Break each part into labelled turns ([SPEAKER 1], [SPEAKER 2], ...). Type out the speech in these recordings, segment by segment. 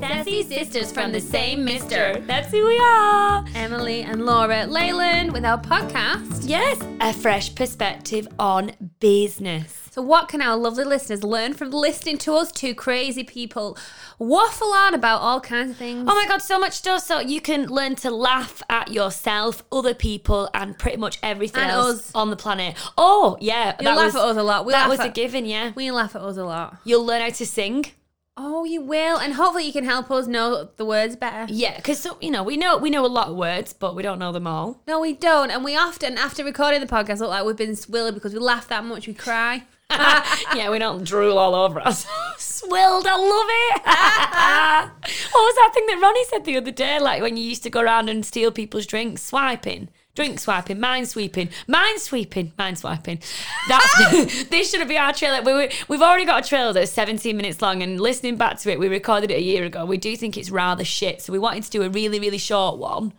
[SPEAKER 1] sassy sisters from the same mister.
[SPEAKER 2] That's who we are.
[SPEAKER 1] Emily and Laura Leyland with our podcast.
[SPEAKER 2] Yes, a fresh perspective on business.
[SPEAKER 1] So, what can our lovely listeners learn from listening to us two crazy people waffle on about all kinds of things?
[SPEAKER 2] Oh my god, so much stuff. So you can learn to laugh at yourself, other people, and pretty much everything
[SPEAKER 1] And
[SPEAKER 2] else
[SPEAKER 1] us.
[SPEAKER 2] on the planet. Oh yeah,
[SPEAKER 1] you laugh at us a lot. We
[SPEAKER 2] that
[SPEAKER 1] laugh
[SPEAKER 2] was
[SPEAKER 1] at,
[SPEAKER 2] a given. Yeah,
[SPEAKER 1] We laugh at us a lot.
[SPEAKER 2] you'll learn how to sing.
[SPEAKER 1] Oh, you will, and hopefully you can help us know the words better.
[SPEAKER 2] Yeah, because you know we know we know a lot of words, but we don't know them all.
[SPEAKER 1] No, we don't, and we often after recording the podcast look like we've been swilly because we laugh that much, we cry.
[SPEAKER 2] yeah, we don't drool all over us. Swilled, I love it. what was that thing that Ronnie said the other day? Like when you used to go around and steal people's drinks, swiping, drink swiping, mind sweeping, mind sweeping, mind swiping. That's this should be our trailer. We were, we've already got a trailer that's 17 minutes long, and listening back to it, we recorded it a year ago. We do think it's rather shit, so we wanted to do a really, really short one.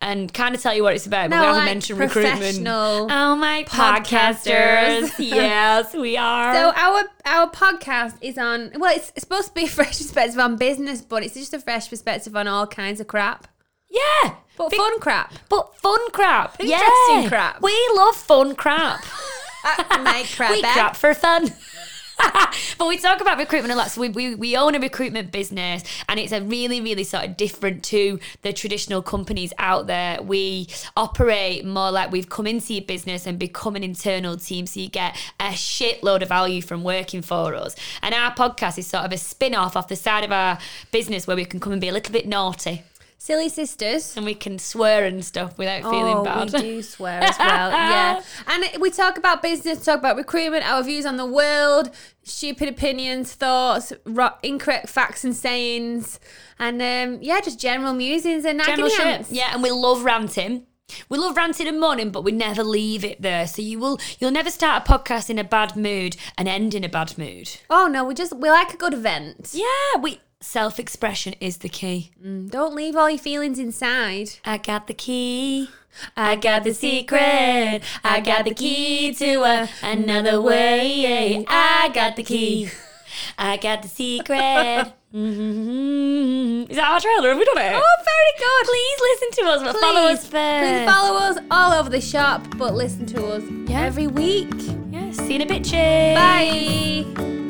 [SPEAKER 2] And kind of tell you what it's about, but
[SPEAKER 1] No,
[SPEAKER 2] we haven't
[SPEAKER 1] like
[SPEAKER 2] mentioned recruitment.
[SPEAKER 1] professional
[SPEAKER 2] Oh my podcasters!
[SPEAKER 1] podcasters.
[SPEAKER 2] yes, we are.
[SPEAKER 1] So our our podcast is on. Well, it's, it's supposed to be a fresh perspective on business, but it's just a fresh perspective on all kinds of crap,
[SPEAKER 2] Yeah.
[SPEAKER 1] but
[SPEAKER 2] Big-
[SPEAKER 1] fun crap.
[SPEAKER 2] But fun crap.
[SPEAKER 1] Interesting
[SPEAKER 2] yeah.
[SPEAKER 1] crap.
[SPEAKER 2] We love fun crap.
[SPEAKER 1] My crap.
[SPEAKER 2] we
[SPEAKER 1] eh?
[SPEAKER 2] crap for fun. but we talk about recruitment a lot. So we, we, we own a recruitment business and it's a really, really sort of different to the traditional companies out there. We operate more like we've come into your business and become an internal team. So you get a shitload of value from working for us. And our podcast is sort of a spin off off the side of our business where we can come and be a little bit naughty
[SPEAKER 1] Silly sisters.
[SPEAKER 2] and we can swear and stuff without feeling bad.
[SPEAKER 1] Oh, we do swear as well. yeah, and we talk about business, talk about recruitment, our views on the world, stupid opinions, thoughts, ro- incorrect facts and sayings, and um, yeah, just general musings and
[SPEAKER 2] General
[SPEAKER 1] nagging
[SPEAKER 2] shit.
[SPEAKER 1] ants.
[SPEAKER 2] Yeah, and we love ranting. We love ranting and moaning, but we never leave it there. So you will you'll never start a podcast in a bad mood and end in a bad mood.
[SPEAKER 1] Oh no, we just we like a good event.
[SPEAKER 2] Yeah, we self expression is the key.
[SPEAKER 1] Don't leave all your feelings inside.
[SPEAKER 2] I got the key. I got the secret. I got the key to a, another way. I got the key. I got the secret. Mhm. Is that our trailer? Have we done it?
[SPEAKER 1] Oh, very good.
[SPEAKER 2] Please listen to us, but follow us first.
[SPEAKER 1] Please follow us all over the shop, but listen to us
[SPEAKER 2] Yeah.
[SPEAKER 1] every week.
[SPEAKER 2] Yeah, see you in a bit, Jay.
[SPEAKER 1] Bye.